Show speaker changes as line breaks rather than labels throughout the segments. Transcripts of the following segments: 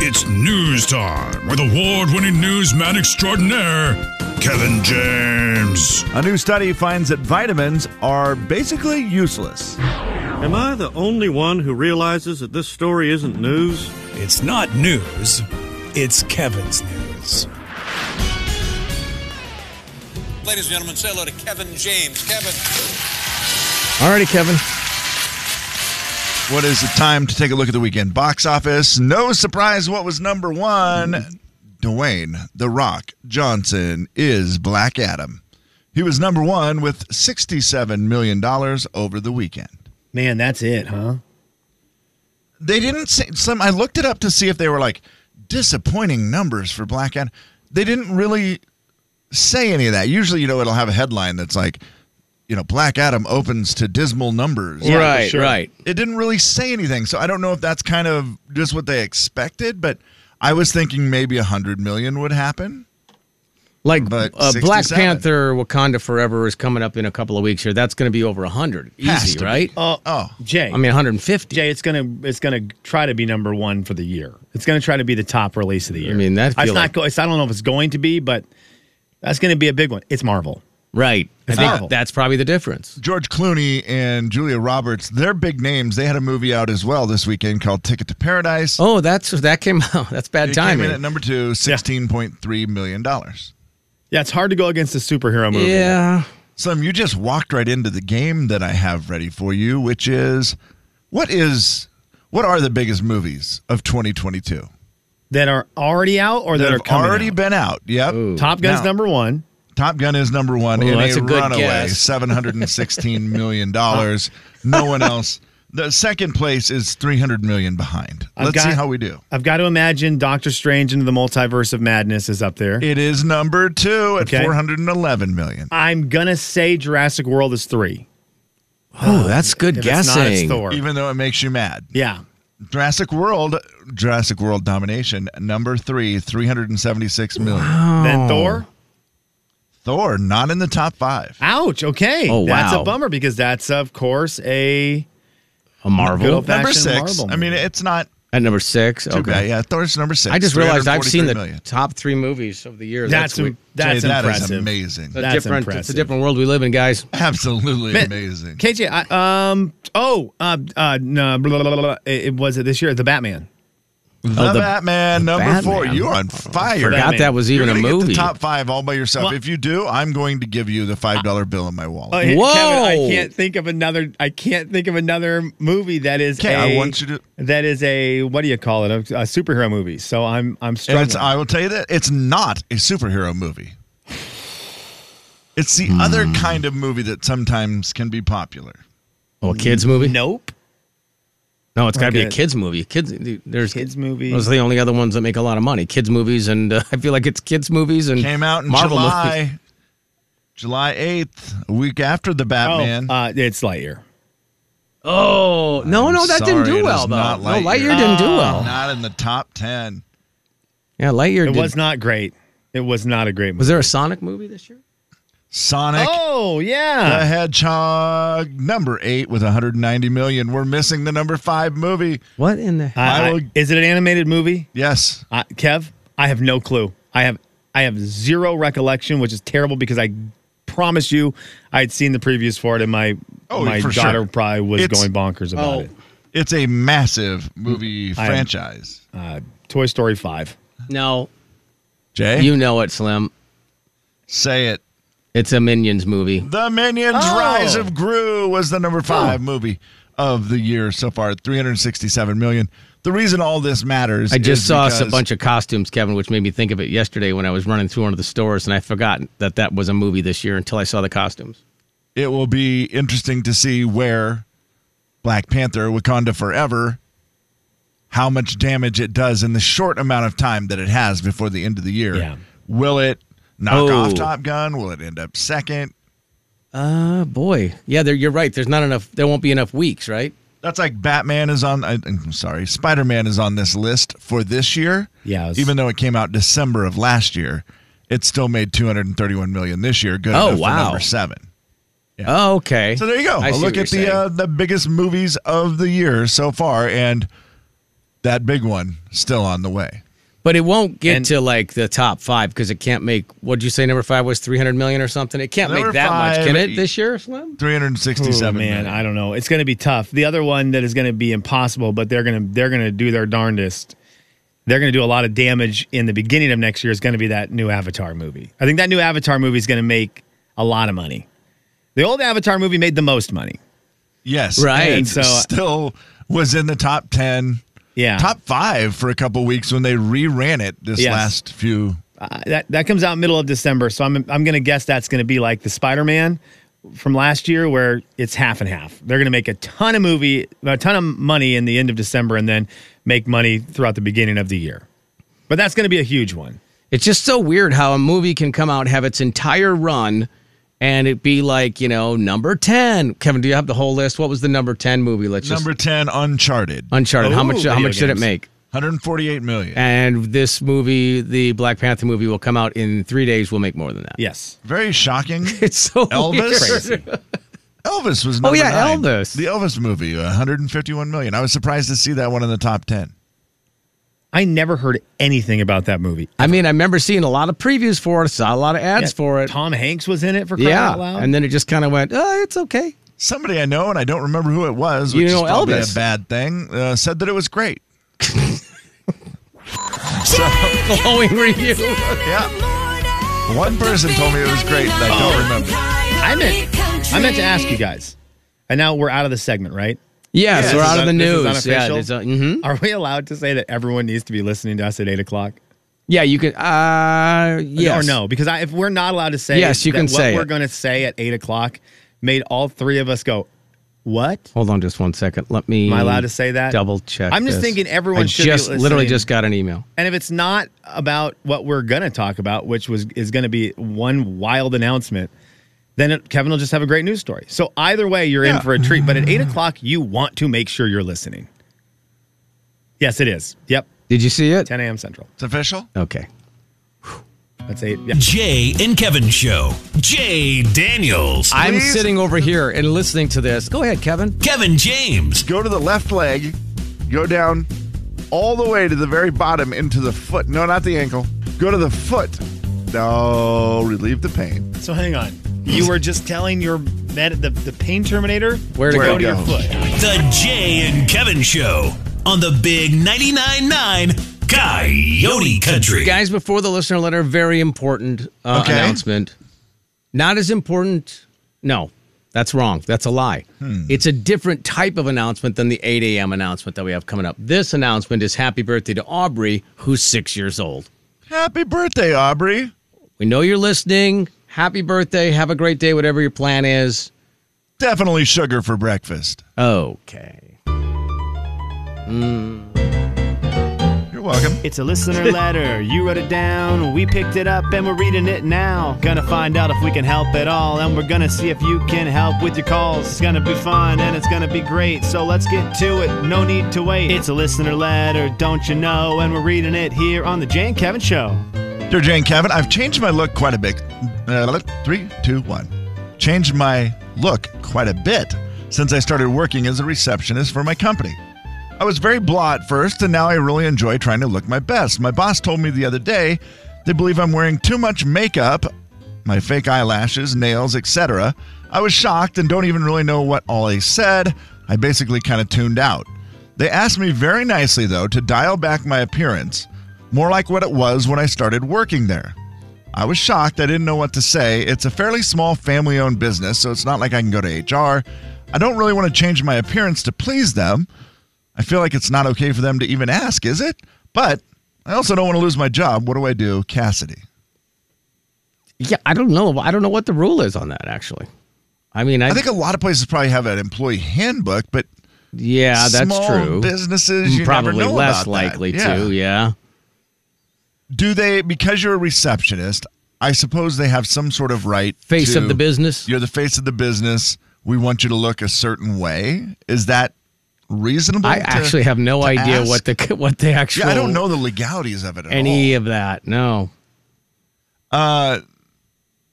It's news time with award winning newsman extraordinaire, Kevin James.
A new study finds that vitamins are basically useless.
Am I the only one who realizes that this story isn't news?
It's not news, it's Kevin's news.
Ladies and gentlemen, say hello to Kevin James. Kevin.
Alrighty, Kevin.
What is the time to take a look at the weekend box office? No surprise what was number one. Dwayne The Rock Johnson is Black Adam. He was number one with $67 million over the weekend.
Man, that's it, huh?
They didn't say some. I looked it up to see if they were like disappointing numbers for Black Adam. They didn't really say any of that. Usually, you know, it'll have a headline that's like, you know, Black Adam opens to dismal numbers.
right, right.
It didn't really say anything, so I don't know if that's kind of just what they expected. But I was thinking maybe a hundred million would happen.
Like
But
uh, Black
67.
Panther Wakanda Forever is coming up in a couple of weeks here. That's going to be over 100.
Has
Easy,
to be.
right?
Oh,
Oh.
Jay.
I mean, 150.
Jay, it's gonna it's gonna try to be number one for the year. It's gonna try to be the top release of the year.
mean, that
it's
feel
not.
like-
go, it's, I don't know if it's going to be, but that's gonna be a big one. It's Marvel.
Right. I
It's
think
horrible.
that's probably the difference.
George Clooney and Julia Roberts, they're big names. They had a movie out as well this weekend called Ticket to Paradise.
Oh, that's that came out. That's bad
it came
timing.
in at number two, sixteen point three million dollars.
Yeah, it's hard to go against a superhero movie. Uh,
yeah.
Slim, you just walked right into the game that I have ready for you, which is what is what are the biggest movies of 2022
that are already out or that,
that
are
have
coming
already
out?
been out? Yep.
Top Gun's
Now,
number one.
Top Gun is number one
Ooh,
in
that's
a,
a good
runaway,
guess.
seven hundred and sixteen million dollars. no one else. The second place is three hundred million behind.
I've
Let's see
got-
how we do.
I've got to imagine Doctor Strange into the Multiverse of Madness is up there.
It is number two at
Okay.
four hundred and eleven million.
I'm gonna say Jurassic World is three.
Oh, that's good
If it's
guessing.
not, it's Thor.
Even though it makes you mad.
yeah,
Jurassic World, Jurassic World domination, number three, 376 million.
then
Oh.
Thor.
Thor, not in the top five.
Ouch. Okay.
Oh,
That's
wow.
a bummer because that's of course a
A Marvel
Good old-
Number
Fashion
six.
Marvel
I mean, it's not
at number six.
too
okay.
bad. Yeah, Thor's number six.
I just realized I've seen the
343 million.
top three movies of the year.
that's
week.
that's
Jay, that is
impressive.
amazing.
It's a
that's
different. It's a
impressive.
different world we live in, guys.
Absolutely
Man,
amazing.
KJ, I, um, oh, uh, uh, no, blah, blah, blah, blah, blah. It, it was it this year, the Batman.
the,
Oh, the-
Batman, number four.
Batman. Oh,
You're on fire.
Forgot
Batman.
that was even
You're
a
gonna Get
movie.
the top five all by yourself.
Well-
if you do, I'm going to give you the five dollar bill in my wallet.
Oh, hey,
Whoa.
Kevin, I can't think of another. I can't think of another movie that is.
Okay, I
a-
want you to-
That is a what do you call it? A, a superhero movie. So I'm I'm
And
struggling.
it's, I will tell you that it's not a superhero movie. It's the other
Hmm.
kind of movie that sometimes can be popular.
Oh, a kids movie?
nope.
No, it's got to be a
Okay.
kids movie. Kids, there's
Kids movie.
Those are the only other ones that make a lot of money. Kids movies, and uh, I feel like it's kids movies and
Came out in
Marvel
July,
movies.
July eighth, a week after the
Oh,
Batman.
uh, it's Lightyear.
Oh no, no, that didn't
sorry, it
do
is
well though.
not
no,
Lightyear.
Lightyear didn't do well.
not in the top ten.
Yeah, Lightyear.
It
did.
was not great. It was not a great movie.
Was there a Sonic movie this year?
Sonic
oh
the
yeah.
Hedgehog, number eight with 190 million. We're missing the number five movie.
What in the?
I-
heck?
I
I-
will-
is it an animated movie?
Yes,
Uh, Kev, I have no clue. I have I have zero recollection, which is terrible because I promise you I had seen the previews for it and my
Oh,
my
for
daughter
sure.
probably was
It's-
going bonkers about
Oh.
it.
it's a massive movie
I-
franchise.
Uh, Toy Story 5.
no,
Jay,
you know it, Slim.
say it.
It's a Minions movie.
The Minions
Oh.
Rise of Gru was the number five movie of the year so far, 367 million. The reason all this matters
I just
is
saw us a
because
bunch of costumes, Kevin, which made me think of it yesterday when I was running through one of the stores, and I forgot that that was a movie this year until I saw the costumes.
It will be interesting to see where Black Panther, Wakanda Forever, how much damage it does in the short amount of time that it has before the end of the year.
Yeah.
Will it knock
Oh.
off Top Gun? Will it end up second?
Uh, boy. Yeah, there, you're right. There's not enough. There won't be enough weeks, right?
That's like Batman is on. I, I'm sorry, Spider Man is on this list for this year.
Yeah, it was-
even though it came out December of last year, it still made 231 million this year. Good
Oh,
enough
wow.
for number seven.
Oh, okay.
So there you go.
I
A
see
look at
what
uh,
you're
the
saying.
uh, the biggest movies of the year so far, and That big one still on the way.
But it won't get
And-
to like the top five because it can't make. What'd you say? Number five was three hundred million or something. It can't
Number
make that much, can
five-
it? This year, Slim?
Three hundred
Oh,
sixty-seven.
man, I don't know. It's going to be tough. The other one that is going to be impossible, but they're going to they're going to do their darndest. They're going to do a lot of damage in the beginning of next year. Is going to be that new Avatar movie. I think that new Avatar movie is going to make a lot of money. The old Avatar movie made the most money.
yes,
Right. uh,
And
So-
still was in the top ten,
Yeah,
top five for a couple weeks when they reran it this
Yes.
last few.
Uh, that that comes out middle of December. So I'm I'm going to guess that's going to be like the Spider Man from last year, where it's half and half. They're going to make a ton of movie, a ton of money in the end of December, and then make money throughout the beginning of the year. But that's going to be a huge one.
It's just so weird how a movie can come out have its entire run, and it be like you know number ten. Kevin, do you have the whole list? What was the number ten movie? Let's just
Number ten, Uncharted, one
Uncharted. how
Ooh,
much? How
video
much did it
games.
make?
hundred forty-eight million.
And this movie, the Black Panther movie, will come out in three days. We'll make more than that.
Yes,
Very shocking.
It's so
Elvis?
weird.
Crazy. Elvis was
Oh,
number
yeah,
nine.
Elvis.
The Elvis movie, 151 million. I was surprised to see that one in the top 10.
I never heard anything about that movie.
I mean, I remember seeing a lot of previews for it, saw a lot of ads
Yeah,
for it.
Tom Hanks was in it for crying
yeah,
out loud.
and then it just kind of went, oh, it's okay.
Somebody I know and I don't remember who it was,
You
which
know
is probably
Elvis.
a bad thing, uh, said that it was great.
Glowing review.
Yeah. One person told me it was great, and I don't remember.
I meant I meant to ask you guys, and now we're out of the segment, right?
Yes,
This
we're
is
out of
un-
the
this is
news. Yeah,
unofficial?
there's a- mhm.
Are we allowed to say that everyone needs to be listening to us at eight o'clock?
yeah, you can. Uh, yes.
or no? Because I, if we're not allowed to say,
Yes, you
that
can
what
say
we're
it.
going to say at eight o'clock. Made all three of us go, what?
Hold on, just one second. Let me.
Am I allowed to say that?
Double check.
I'm just
this.
thinking everyone
I
should be
just literally
listening.
just got an email.
And if it's not about what we're going to talk about, which was is going to be one wild announcement, then it, Kevin will just have a great news story. So either way, you're in for a treat. But at eight o'clock, you want to make sure you're listening. Yes, it is. Yep,
Did you see it?
10 a.m. Central.
It's official?
Okay.
That's eight. Yeah.
Jay and Kevin Show. Jay Daniels.
I'm
Please.
sitting over here and listening to this. Go ahead, Kevin.
Kevin James.
Go to the left leg, go down all the way to the very bottom into the foot. No, not the ankle. Go to the foot. No, relieve the pain.
So hang on. You were just telling your med- the, the pain terminator
Where to
Where to
go?
to your
go.
foot.
The Jay and Kevin Show on the Big 99.9 9 Coyote Country.
Guys, before the listener letter, very important uh,
Okay.
announcement. Not as important. No, that's wrong. That's a lie.
Hmm.
It's a different type of announcement than the 8 a.m. announcement that we have coming up. This announcement is happy birthday to Aubrey, who's six years old.
Happy birthday, Aubrey.
We know you're listening. Happy birthday. Have a great day, whatever your plan is.
Definitely sugar for breakfast.
Okay.
You're welcome.
It's a listener letter. You wrote it down. We picked it up and we're reading it now. Gonna find out if we can help at all. And we're gonna see if you can help with your calls. It's gonna be fun and it's gonna be great. So let's get to it. No need to wait. It's a listener letter, don't you know? And we're reading it here on The Jane Kevin Show.
Dear Jane Kevin, I've changed my look quite a bit. Uh, three, two, one. Changed my look quite a bit since I started working as a receptionist for my company. I was very blah at first, and now I really enjoy trying to look my best. My boss told me the other day they believe I'm wearing too much makeup, my fake eyelashes, nails, etc. I was shocked and don't even really know what all he said. I basically kind of tuned out. They asked me very nicely, though, to dial back my appearance, more like what it was when I started working there. I was shocked. I didn't know what to say. It's a fairly small family owned business, so it's not like I can go to HR. I don't really want to change my appearance to please them. I feel like it's not okay for them to even ask, is it? But I also don't want to lose my job. What do I do, Cassidy?
Yeah, I don't know. I don't know what the rule is on that, actually. I mean, I,
I think a lot of places probably have an employee handbook, but
yeah, Ah, that's
small
true.
businesses you
Probably
never know
less
about that.
likely to. Yeah.
Do they because you're a receptionist? I suppose they have some sort of right.
Face
to-
of the business.
You're the face of the business. We want you to look a certain way. Is that reasonable?
I
to-
actually have no
to
idea
ask?
what the what the actual
Yeah, I don't know the legalities of it at
any
all.
of that. No.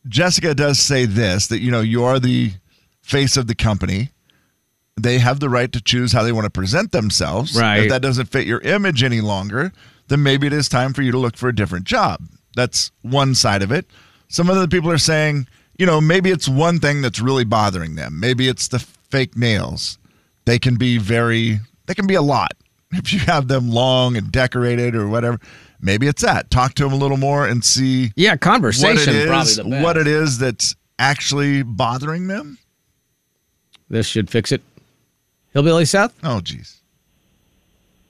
Jessica does say this that you know you are the face of the company. they have the right to choose how they want to present themselves.
Right.
If that doesn't fit your image any longer, then maybe it is time for you to look for a different job. That's one side of it. Some other people are saying, you know, maybe it's one thing that's really bothering them. Maybe it's the fake nails. They can be very, they can be a lot if you have them long and decorated or whatever. Maybe it's that. Talk to them a little more and see
Yeah,
what it
conversation probably
is,
the best.
what it is that's actually bothering them.
this should fix it. Hillbilly South.
Oh, geez.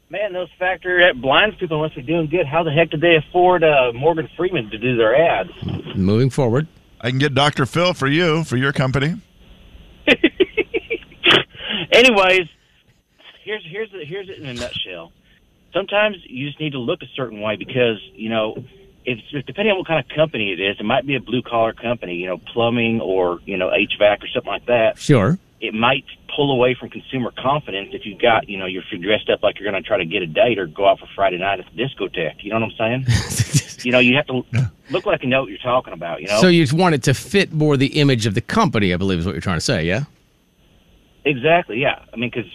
Man, those factory blinds people must be doing good. How the heck did they afford uh, Morgan Freeman to do their ads?
Moving forward.
I can get Dr. Phil for you, for your company.
Anyways, here's here's here's it in a nutshell. Sometimes you just need to look a certain way because you know, if depending on what kind of company it is, it might be a blue collar company, you know, plumbing or you know HVAC or something like that.
Sure.
It might pull away from consumer confidence if you got you know you're if you're dressed up like you're going to try to get a date or go out for Friday night at the discotheque. You know what I'm saying? you know, you have to look like you know what you're talking about. You know,
So you just want it to fit more the image of the company, I believe is what you're trying to say, yeah?
exactly. Yeah, I mean, because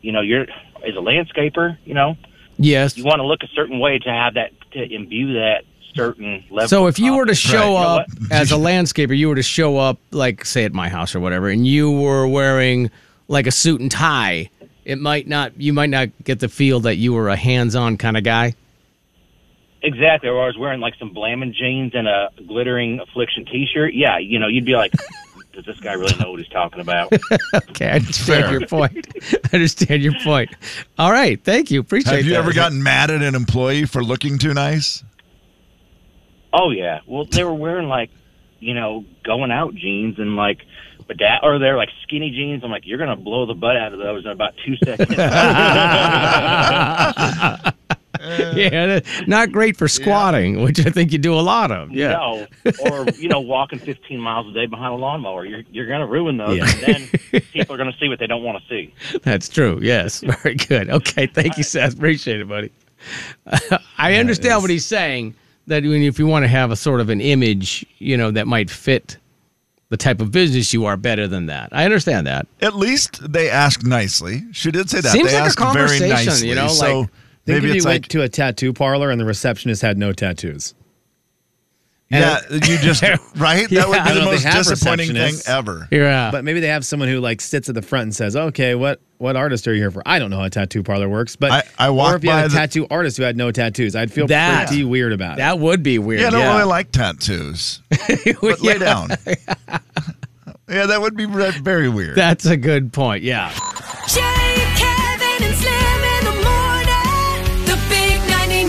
you know you're as a landscaper, you know.
Yes.
you want to look a certain way to have that to imbue that certain level.
So
of
if you were to
confidence.
show
You know
up
what?
as a landscaper, you were to show up like say at my house or whatever, and you were wearing like a suit and tie, it might not you might not get the feel that you were a hands-on kind of guy.
exactly, or I was wearing like some blaming jeans and a glittering affliction T-shirt, yeah, you know, you'd be like, does this guy really know what he's talking about?
Okay, I understand your point. I understand your point. All right, thank you. Appreciate
Have you
that.
ever gotten mad at an employee for looking too nice?
oh yeah, well they were wearing like, you know, going out jeans and like. But that, or they're like skinny jeans. I'm like, you're gonna blow the butt out of those in about two seconds.
Yeah, that- not great for squatting, which I think you do a lot of. Yeah.
No. Or, you know, walking 15 miles a day behind a lawnmower. You're, you're going to ruin those. And then people are going to see what they don't want to see.
That's true. Yes. Very good. Okay. Thank you, Seth. Appreciate it, buddy. I understand what he's saying that when, if you want to have a sort of an image, you know, that might fit the type of business you are better than that. I understand that.
At least they asked nicely. She did say that.
Seems
they
like a
asked
conversation,
very nicely.
you know,
so
like,
Think
maybe
if you
it's
went
like,
to a tattoo parlor and the receptionist had no tattoos.
yeah, you just, right? That would
I
be the
don't know if
most
they have
disappointing thing
receptionists.
ever.
Yeah.
But maybe they have someone who like sits at the front and says, "Okay, what what artist are you here for?" I don't know how a tattoo parlor works, but
I- I walked
or if you had
by
a
the-
tattoo artist who had no tattoos, I'd feel
That-
pretty weird about it.
that would be weird.
Yeah, I don't
yeah.
really like tattoos. But lay down. yeah, that would be re- very weird.
That's a good point. Yeah.
Jay, Kevin, and Slim in the morning. The big 99.9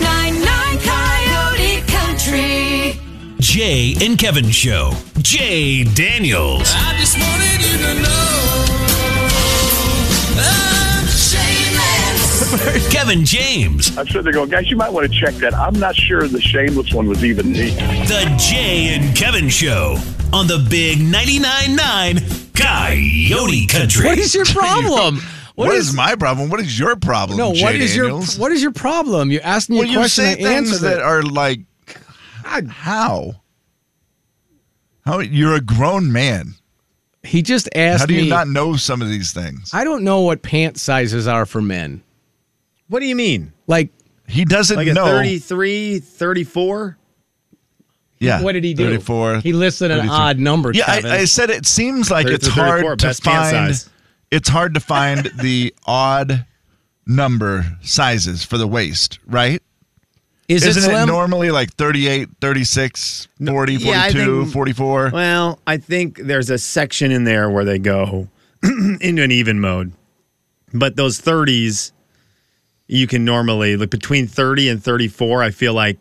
Coyote Country.
Jay and Kevin Show. Jay Daniels.
I just wanted you to know. I'm shameless.
Uh, Kevin James.
I'm sure they're going, guys, you might want to check that. I'm not sure the shameless one was even me.
The Jay and Kevin Show on the Big 99.9 Coyote Country.
What is your problem?
what is, my problem? What is your problem?
no?
Jay
what is
Daniels?
your what is your problem? You're asking me
Well,
a
you
question.
say
I
things
answered
that
it.
are like, how? How you're a grown man?
he just asked
How do you
me.
not know some of these things?
I don't know what pant sizes are for men.
what do you mean?
Like
He doesn't
Like a
know.
33, 34?
yeah.
What did he do?
34.
He listed an
32.
odd number.
yeah,
Kevin.
I, I said it seems like it's
33, 34,
hard to
best pant
find.
size.
It's hard to find the odd number sizes for the waist, right?
is
Isn't
it slim?
normally like 38, 36, 40,
yeah, I
42,
think-
44?
Well, I think there's a section in there where they go into an even mode. But those 30s, you can normally, like between 30 and 34, I feel like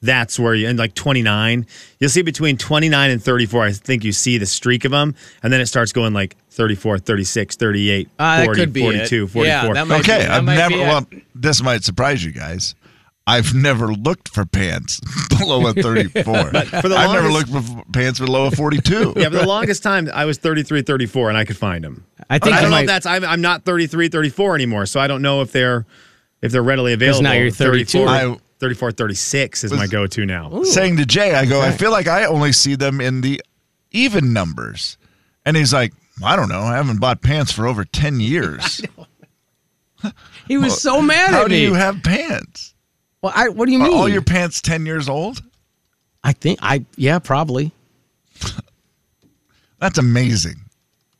that's where you, and like 29, you'll see between 29 and 34, I think you see the streak of them. And then it starts going like 34, 36, 38,
Ah, that
40,
could be it.
42,
Yeah,
44.
that might-
Okay,
be-
I've
might
never.
be it.
Well, this might surprise you guys. I've never looked for pants below a 34.
for the
I've never looked
longest-
for f- pants below a 42.
yeah, for the longest time, I was 33, 34, and I could find them.
I think
I
I
don't know if
might.
that's I'm, I'm not 33, 34 anymore, so I don't know if they're if they're readily available.
now you're 32.
34,
I-
34, 36 is my go-to now.
Saying to Jay, I go, I feel like I only see them in the even numbers, and he's like, I don't know. I haven't bought pants for over 10 years.
He was so mad
How
at
do
me.
you have pants?
well, I, what do you
Are
mean?
all your pants 10 years old?
I think I yeah probably.
That's amazing.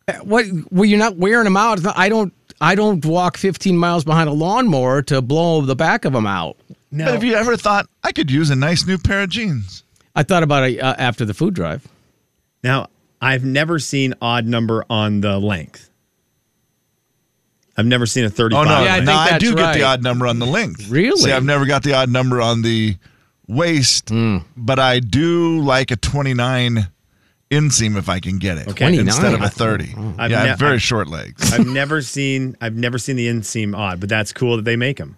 Uh, What? Well, you're not wearing them out. It's not- I don't. I don't walk 15 miles behind a lawnmower to blow the back of them out.
No.
Have you ever thought I could use a nice new pair of jeans?
I thought about it uh, after the food drive.
Now, I've never seen odd number on the length. I've never seen a 35.
Yeah, I
length.
think
Oh, no, I
that's
do get
right.
the odd number on the length.
Really?
See, I've never got the odd number on the waist,
Hmm.
but I do like a 29 inseam if I can get it.
Okay. 29.
Instead of a
Oh,
30.
I've
yeah, I
ne-
have very
I've-
short legs.
I've never seen I've never seen the inseam odd, but that's cool that they make them.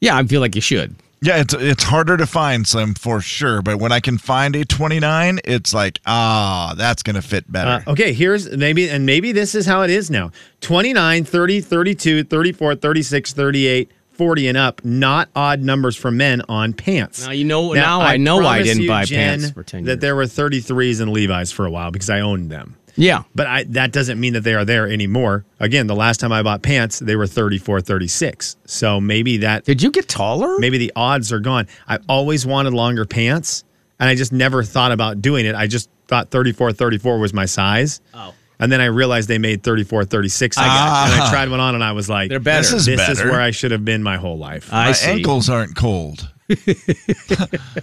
Yeah, I feel like you should.
yeah, it's it's harder to find some for sure, but when I can find a 29, it's like, ah, that's going to fit
Uh,
better.
okay, here's maybe, and maybe this is how it is now 29, 30, 32, 34, 36, 38, 40, and up, not odd numbers for men on pants.
Now you know- now I know I
promise
didn't
you,
buy
Jen,
pants for 10 years.
That there were 33s in Levi's for a while because I owned them.
Yeah.
But I, that doesn't mean that they are there anymore. Again, the last time I bought pants, they were 34, 36. So maybe that
Did you get taller?
maybe the odds are gone. I've always wanted longer pants, and I just never thought about doing it. I just thought 34 34 was my size.
Oh.
And then I realized they made 34 36. I got, and I tried one on, and I was like,
They're better.
This is
Ah. This is
better.
where I should have been my whole life.
I
My
see.
ankles aren't cold.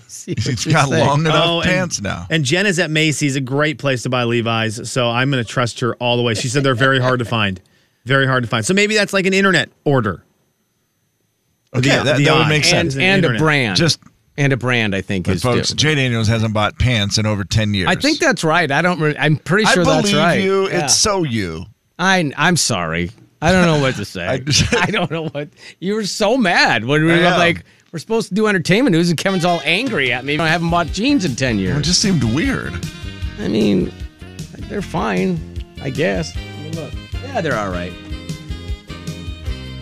See what
It's
you're
got
saying.
long enough
Oh, and-
pants now.
And Jen is at Macy's, a great place to buy Levi's. So I'm going to trust her all the way. She said they're very hard to find. Very hard to find. So maybe that's like an internet order.
Okay, that, that would
odd.
make
And,
sense.
An
and a
internet.
brand.
Just-
and a brand. I think
But
is
folks,
due.
Jay Daniels hasn't bought pants in over 10 years.
I think that's right. I don't. Re- I'm pretty sure
I
that's
believe
right.
you.
Yeah.
It's so you.
I. I'm sorry. I don't know what to say.
I
I,
just-
don't know what. You were so mad when we
I
were
am.
like, we're supposed to do entertainment news, and Kevin's all angry at me. I haven't bought jeans in ten
It
years.
just seemed weird.
I mean, they're fine, I guess. I mean, look, yeah, they're all right.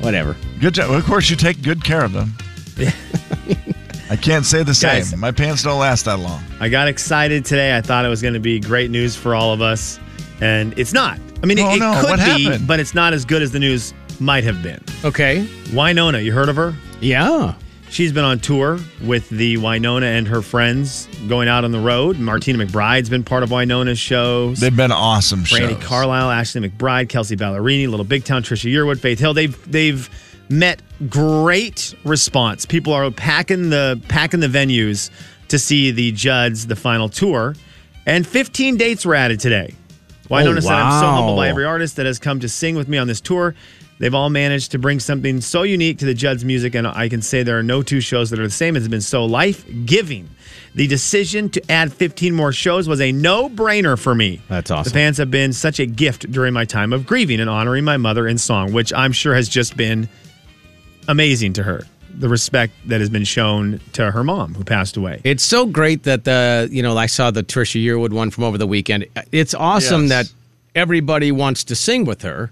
Whatever.
Good job. Of course, you take good care of them. I can't say the same.
Guys.
My pants don't last that long.
I got excited today. I thought it was going to be great news for all of us, and it's not. I mean, it-
Oh,
it,
no.
could
What
be,
happened?
but it's not as good as the news might have been.
Okay.
Winona, you heard of her?
Yeah.
She's been on tour with the Winona and her friends going out on the road. Martina McBride's been part of Winona's shows.
They've been awesome
Brandy
shows.
Carlisle, Ashley McBride, Kelsey Ballerini, Little Big Town, Trisha Yearwood, Faith Hill. They've they've met great response. People are packing the packing the venues to see the Judds, the final tour, and 15 dates were added today. Well, I
Oh,
noticed that I'm so
wow.
humbled by every artist that has come to sing with me on this tour. They've all managed to bring something so unique to the Judd's music, and I can say there are no two shows that are the same. It's been so life giving. The decision to add 15 more shows was a no brainer for me.
That's awesome.
The fans have been such a gift during my time of grieving and honoring my mother in song, which I'm sure has just been amazing to her. The respect that has been shown to her mom who passed away.
It's so great that the you know I saw the Trisha Yearwood one from over the weekend. It's awesome
Yes.
that everybody wants to sing with her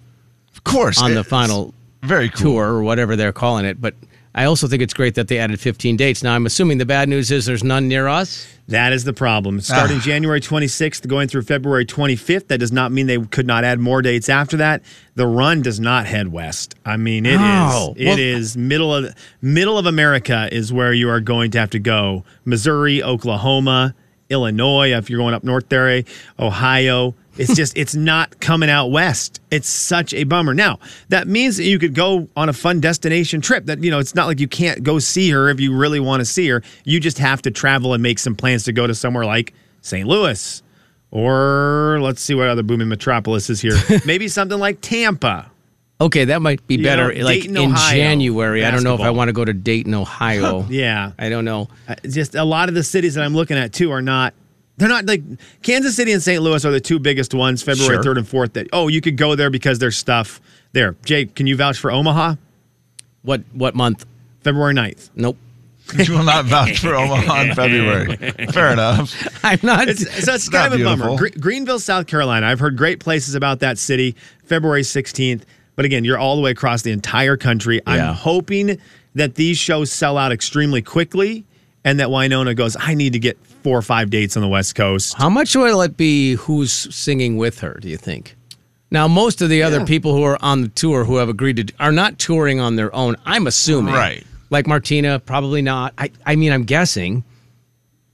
Of course.
on the
it's
final
Very cool.
tour or whatever they're calling it. But I also think it's great that they added 15 dates. Now I'm assuming the bad news is there's none near us.
That is the
Ah.
problem. Starting January 26th, going through February 25th, that does not mean they could not add more dates after that. The run does not head west. I mean, it is
Oh, well-
it is middle of middle of America is where you are going to have to go. Missouri, Oklahoma, Illinois, if you're going up north there, eh, Ohio. It's just it's not coming out west. It's such a bummer. Now, that means that you could go on a fun destination trip. That you know, it's not like you can't go see her if you really want to see her. You just have to travel and make some plans to go to somewhere like St. Louis. Or let's see what other booming metropolis is here. Maybe something like Tampa.
Okay, that might be
You
better.
know,
like
Dayton,
in
Ohio,
January, I don't know if I
basketball.
want to go to Dayton, Ohio.
Yeah.
I don't know.
Uh, just a lot of the cities that I'm looking at too are not. They're not like Kansas City and St. Louis are the two biggest ones, February
Sure.
3rd and 4th. That oh, you could go there because there's stuff there. Jake, can you vouch for Omaha?
What what month?
February 9th.
Nope.
you will not vouch for Omaha in February. Fair enough.
I'm not.
It's, so it's,
It's
kind of
not
a bummer.
beautiful.
Gre- Greenville, South Carolina. I've heard great places about that city. February 16th. But again, you're all the way across the entire country.
Yeah.
I'm hoping that these shows sell out extremely quickly and that Winona goes, I need to get four or five dates on the West Coast.
How much will it be? Who's singing with her? Do you think? Now, most of the other people who are on the tour who have agreed to d- are not touring on their own. I'm assuming,
Right.
Like Martina, probably not. I, I mean, I'm guessing.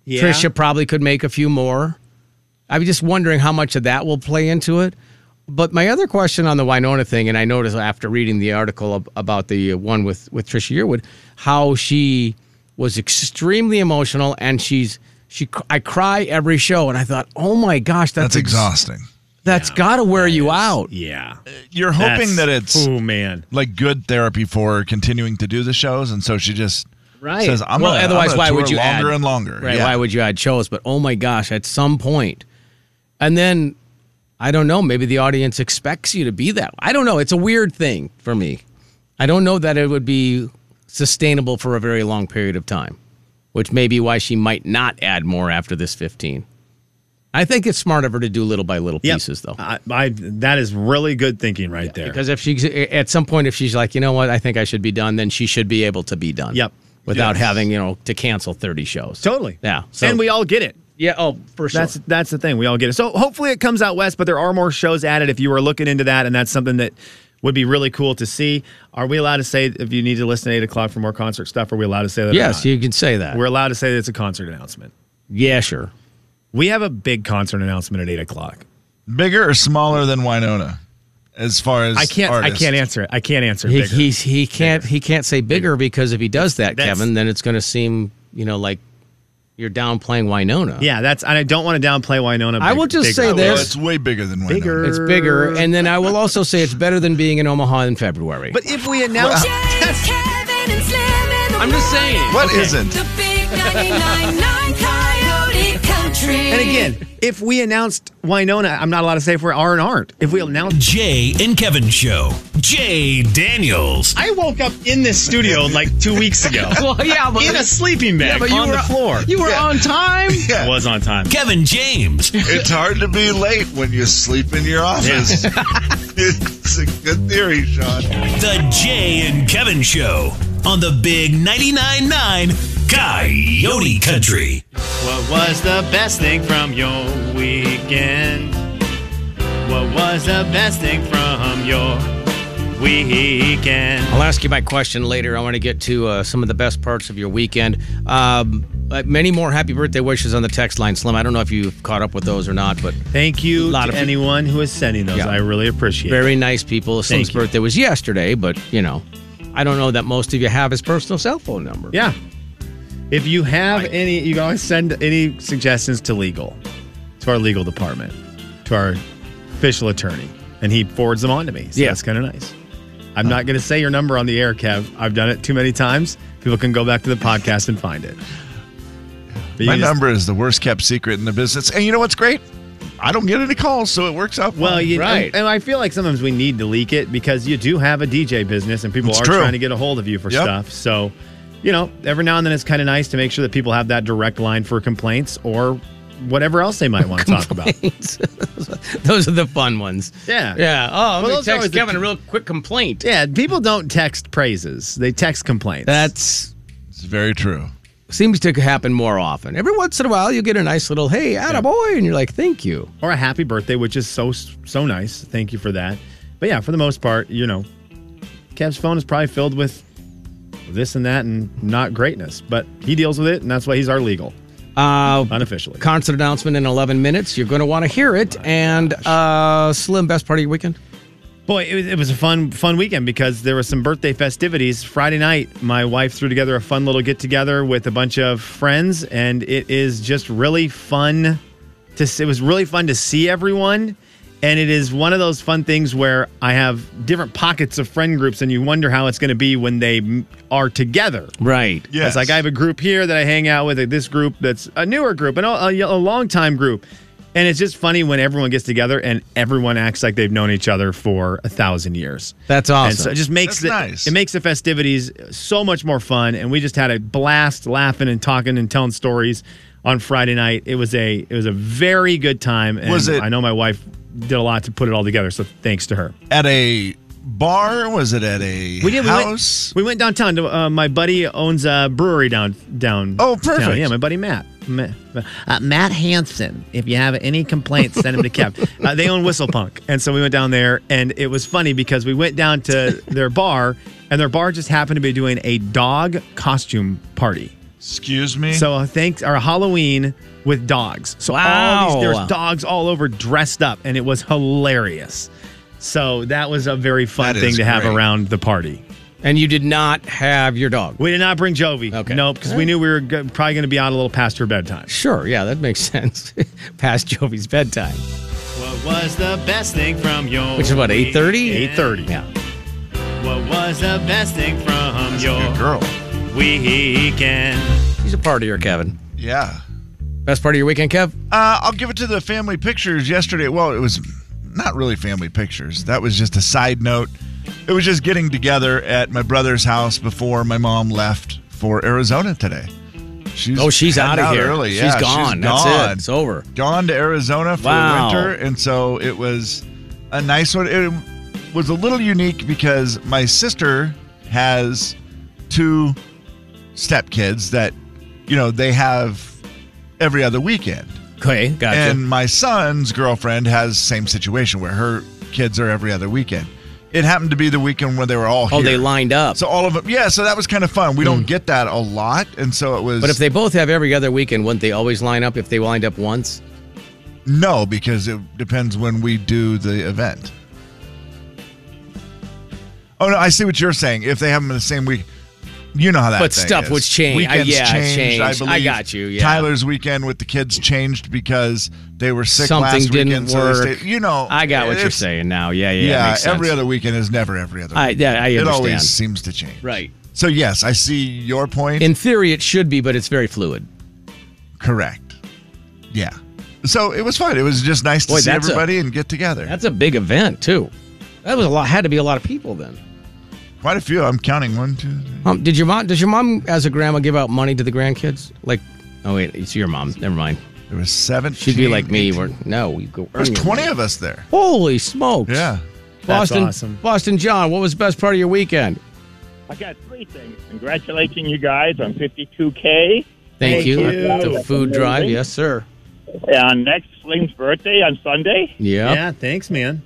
Yeah.
Trisha probably could make a few more. I'm just wondering how much of that will play into it. But my other question on the Winona thing, and I noticed after reading the article ab- about the uh, one with with Trisha Yearwood, how she was extremely emotional, and she's she cr- I cry every show, and I thought, oh my gosh,
That's
that's ex-
exhausting.
That's got to wear you out.
Yeah.
You're hoping
That's-
that it's
Oh man.
like good therapy for her continuing to do the shows, and so she just
Right.
says, "I'm
well,
gonna- I'm
otherwise,
gonna
why
tour
would you
longer
add,
and longer?
Right.
Yeah.
Why would you add shows? But oh my gosh, at some point, and then I don't know. Maybe the audience expects you to be that. I don't know. It's a weird thing for me. I don't know that it would be sustainable for a very long period of time, which may be why she might not add more after this 15. I think it's smart of her to do little by little
Yep.
pieces, though.
I, I, that is really good thinking right there.
Because if she's at some point, if she's like, you know what, I think I should be done, then she should be able to be done.
Yep.
Without
Yes.
having you know to cancel thirty shows.
totally.
Yeah. So,
and we all get it.
yeah. Oh, for sure.
That's that's the thing. We all get it. So hopefully it comes out west, but there are more shows added if you were looking into that, and that's something that would be really cool to see. Are we allowed to say if you need to listen at eight o'clock for more concert stuff? Are we allowed to say that? or
yes,
not?
you can say that.
we're allowed to say that it's a concert announcement.
yeah, sure.
We have a big concert announcement at eight o'clock.
Bigger or smaller than Winona? As far as
I can't.
Artists.
I can't answer it. I can't answer.
He,
bigger.
he's he can't he can't say bigger because if he does that,
That's-
Kevin, then it's going to seem you know like you're downplaying Winona.
yeah, that's. And I don't want to downplay Winona.
I will just
big-
say
big-
Well,
this.
it's way bigger than Winona.
Bigger.
It's bigger, and then I will also say it's better than being in Omaha in February.
But if we
Uh,
announce,
Jay, Kevin, and Slim in the
I'm just
morning.
saying.
What not
The big 99.9 Coyote Country.
Eh.
and again, if we announced Winona, I'm not allowed to say if we're are and aren't. If we announce
Jay and Kevin Show. Jay Daniels.
I woke up in this studio like two weeks ago
well, yeah, but,
in a sleeping bag
but
on
you were
the floor.
You were on time.
I was on time.
Kevin James.
It's hard to be late when you sleep in your office. it's a good theory, Sean.
The Jay and Kevin Show on the Big 99.9 9 Coyote Country.
What was the best thing from your weekend? What was the best thing from your weekend?
I'll ask you my question later. I want to get to uh, some of the best parts of your weekend. Um, uh, many more happy birthday wishes on the text line, Slim. I don't know if you've caught up with those or not, but
Thank you
Lot
to
of peop-
anyone who is sending those.
Yeah.
I really appreciate it.
very nice people. Slim's
Thank you.
birthday was yesterday, but you know, I don't know that most of you have his personal cell phone number.
Yeah. If you have any, you can always send any suggestions to legal, to our legal department, to our official attorney, and he forwards them on to me. So
Yeah.
that's kind of nice.
Uh,
I'm not going to say your number on the air, Kev. I've done it too many times. People can go back to the podcast and find it. But you
My
just-
number is the worst kept secret in the business. And you know what's great? I don't get any calls, so it works out.
Well,
fine.
you
Right.
and, and I feel like sometimes we need to leak it because you do have a DJ business and people
It's
are
true.
trying to get a hold of you for
Yep.
stuff. So, you know, every now and then it's kind of nice to make sure that people have that direct line for complaints or whatever else they might want to talk about.
those are the fun ones.
Yeah.
yeah. Oh,
Well,
let me
those are always
text
the-
Kevin a real quick complaint.
Yeah, people don't text praises; they text complaints.
That's
it's very true.
seems to happen more often. Every once in a while, you get a nice little "Hey, attaboy," and you're like, "Thank you."
or a happy birthday, which is so so nice. Thank you for that. But yeah, for the most part, you know, Kev's phone is probably filled with this and that and not greatness, but he deals with it, and that's why he's our legal
Uh,
unofficially.
concert announcement in 11 minutes. You're going to want to hear it. and uh, Slim, best part of your weekend?
Boy, it was, it was a fun fun weekend because there were some birthday festivities. Friday night, my wife threw together a fun little get together with a bunch of friends, and it is just really fun. To s- it was really fun to see everyone, and it is one of those fun things where I have different pockets of friend groups, and you wonder how it's going to be when they m- are together.
Right.
Yes.
It's like I have a group here that I hang out with, this group that's a newer group, and a, a, a long time group. And it's just funny when everyone gets together and everyone acts like they've known each other for a thousand years.
That's
And so
awesome.
it just makes
That's
the,
nice.
it makes the festivities so much more fun. And we just had a blast laughing and talking and telling stories on Friday night. It was a it was a very good time. And
Was it-
I know my wife did a lot to put it all together, so thanks to her.
At a bar? Was it at a
We did. We
house?
went, we went downtown. To, uh, my buddy owns a brewery down down.
Oh, perfect.
Yeah, my buddy Matt. Ma- uh, Matt Hansen. If you have any complaints, send him to Kev. Uh, they own Whistle Punk, and so we went down there, and it was funny because we went down to their bar, and their bar just happened to be doing a dog costume party.
Excuse me.
So uh, thanks our Halloween with dogs. So all
Wow.
these, there's dogs all over dressed up, and it was hilarious. So that was a very fun
That
thing
is
to have
great.
around the party.
And you did not have your dog.
We did not bring Jovi.
Okay. Eh.
Nope, because we knew we were go- probably going to be out a little past her bedtime.
Sure, yeah, that makes sense. Past Jovi's bedtime,
What was the best thing from your
which is what eight thirty.
weekend?
8:30.
Yeah.
What was the best thing from your
Good girl.
weekend?
He's a partier, Kevin.
Yeah.
Best part of your weekend, Kev?
Uh, I'll give it to the family pictures yesterday. Well, it was not really family pictures. That was just a side note. It was just getting together at my brother's house before my mom left for Arizona today. She's
Oh, she's
heading
out of here.
Early.
She's
Yeah,
gone. That's
gone.
it. It's over.
Gone to Arizona for
Wow.
winter, and so it was a nice one. It was a little unique because my sister has two stepkids that you know they have every other weekend.
Okay, gotcha.
And my son's girlfriend has same situation where her kids are every other weekend. It happened to be the weekend where they were all
oh,
here.
they lined up.
So all of them, yeah. So that was kind of fun. We don't get that a lot, and so it was.
but if they both have every other weekend, wouldn't they always line up if they lined up once?
no, because it depends when we do the event. Oh no, I see what you're saying. If they have them in the same week, you know how that.
But
thing
stuff
is.
was changed. I-
Weekends
yeah, it
changed. I
changed. I
believe
got you, yeah.
Tyler's weekend with the kids changed because they were sick
Something
last
didn't
weekend. So they
work.
stayed, you know,
I got what you're
it's-
saying now. Yeah, yeah. that
Yeah,
makes
every
sense.
other weekend is never every other.
I-
weekend.
yeah, I
It
understand.
always seems to change.
Right.
So yes, I see your point.
In theory, it should be, but it's very fluid.
Correct. Yeah. So it was fun. It was just nice to
Boy,
see
that's a-
everybody and get together.
That's a big event too. That was a lot. Had to be a lot of people then.
Quite a few. I'm counting one, two, three.
Um, did your mom? Does your mom, as a grandma, give out money to the grandkids? Like, oh wait, it's your mom. Never mind.
There was seven.
She'd be like me. Where no, you go.
There's
earn your
20
money.
of us there.
Holy smokes!
Yeah.
That's
Boston,
awesome.
Boston John, what was the best part of your weekend?
I got three things. Congratulating you guys on 52K.
Thank,
Thank
you.
you.
The food drive, yes, sir.
And next, Sling's birthday on Sunday.
Yep.
Yeah, thanks, man.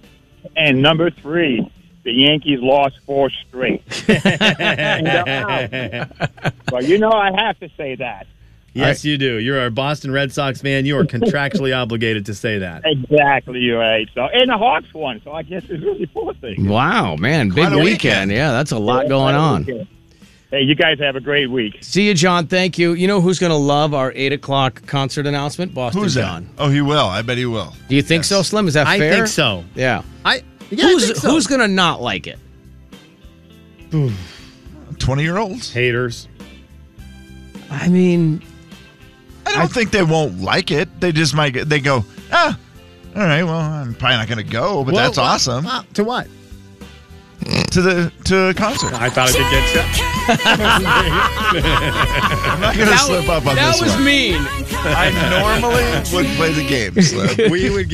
And number three, the Yankees lost four straight. And they're out. Well, you know I have to say that.
Yes, you do. You're a Boston Red Sox fan. You are contractually obligated to say that.
Exactly right. So, and the Hawks won, so I guess it's really four things.
Wow, man, big
Quite a
weekend.
weekend.
Yeah, that's a lot going on.
Hey, you guys have a great week.
See you, John. Thank you. You know who's going to love our eight o'clock concert announcement? Boston
Who's that?
John.
Oh, he will. I bet he will.
Do you think so, Slim? Is that
I
fair?
think so.
Yeah.
I yeah,
who's
I think so.
who's gonna not like it?
20 year olds?
haters?
I mean,
I don't think they won't like it. They just might, get- they go, ah, all right, well, I'm probably not going to go, but
Well,
that's
well,
awesome.
well, to what?
To the to a concert.
I thought it
I'm not going to slip up on
that
this
was
one.
mean.
I normally would play the game, Slim.
We would get.